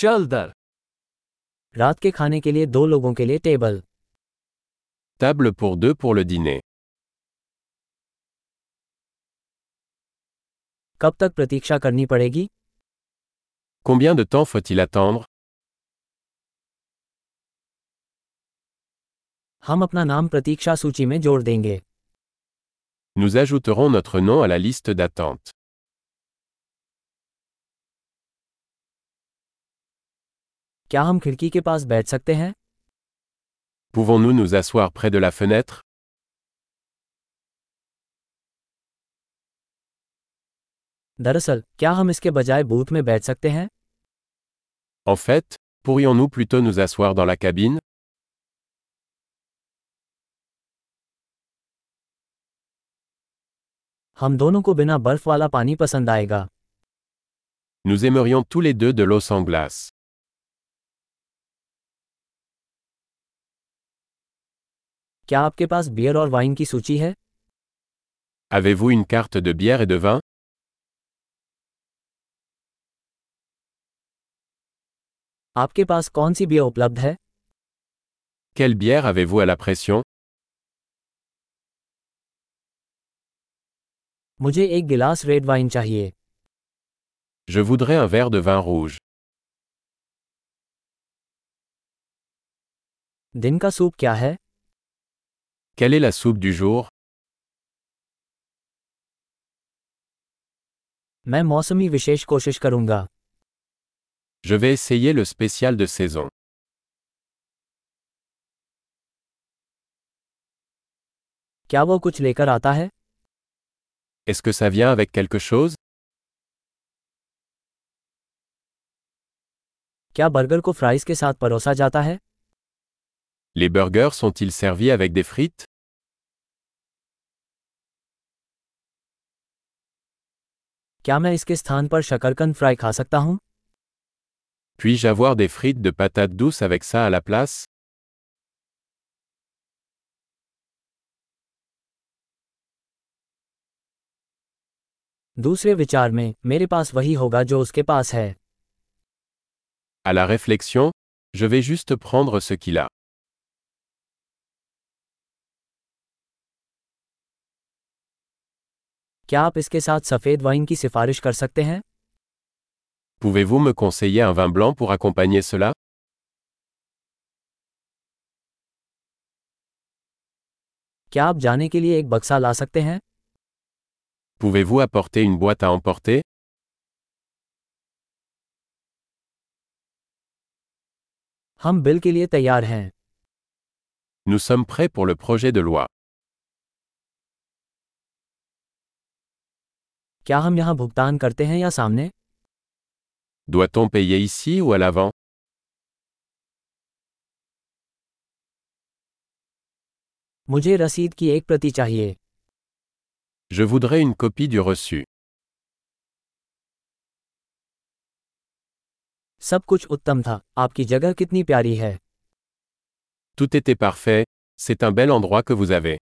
चल दर रात के खाने के लिए दो लोगों के लिए table Table pour deux pour le dîner. कब तक प्रतीक्षा करनी पड़ेगी Combien de temps faut-il attendre हम अपना नाम प्रतीक्षा सूची में जोड़ देंगे Nous ajouterons notre nom à la liste d'attente. क्या हम खिड़की के पास बैठ सकते हैं Pouvons-nous nous asseoir près de la fenêtre दरअसल क्या हम इसके बजाय बूथ में बैठ सकते हैं En fait, pourrions-nous plutôt nous asseoir dans la cabine हम दोनों को बिना बर्फ वाला पानी पसंद आएगा Nous aimerions tous les deux de l'eau sans glace. क्या आपके पास बियर और वाइन की सूची है Avez-vous une carte de bière et de vin आपके पास कौन सी बियर उपलब्ध है Quelle bière avez-vous à la pression मुझे एक गिलास रेड वाइन चाहिए Je voudrais un verre de vin rouge. दिन का सूप क्या है Quelle est la soupe du jour मैं मौसमी विशेष कोशिश करूंगा Je vais essayer le spécial de saison. क्या वो कुछ लेकर आता है Est-ce que ça vient avec quelque chose क्या बर्गर को फ्राइज के साथ परोसा जाता है Les burgers sont-ils servis avec des frites क्या मैं इसके स्थान पर शकरकंद फ्राई खा सकता हूँ Puis-je avoir des frites de patates douces avec ça à la place दूसरे विचार में मेरे पास वही होगा जो उसके पास है À la réflexion, je vais juste prendre ce qu'il a. क्या आप इसके साथ सफ़ेद वाइन की सिफारिश कर सकते हैं Pouvez-vous me conseiller un vin blanc pour accompagner cela क्या आप जाने के लिए एक बक्सा ला सकते हैं Pouvez-vous apporter une boîte à emporter हम बिल के लिए तैयार हैं Nous sommes prêts pour le projet de loi. क्या हम यहाँ भुगतान करते हैं या सामने Doit-on payer ici ou à l'avant मुझे रसीद की एक प्रति चाहिए Je voudrais une copie du reçu. सब कुछ उत्तम था आपकी जगह कितनी प्यारी है Tout était parfait, c'est un bel endroit que vous avez.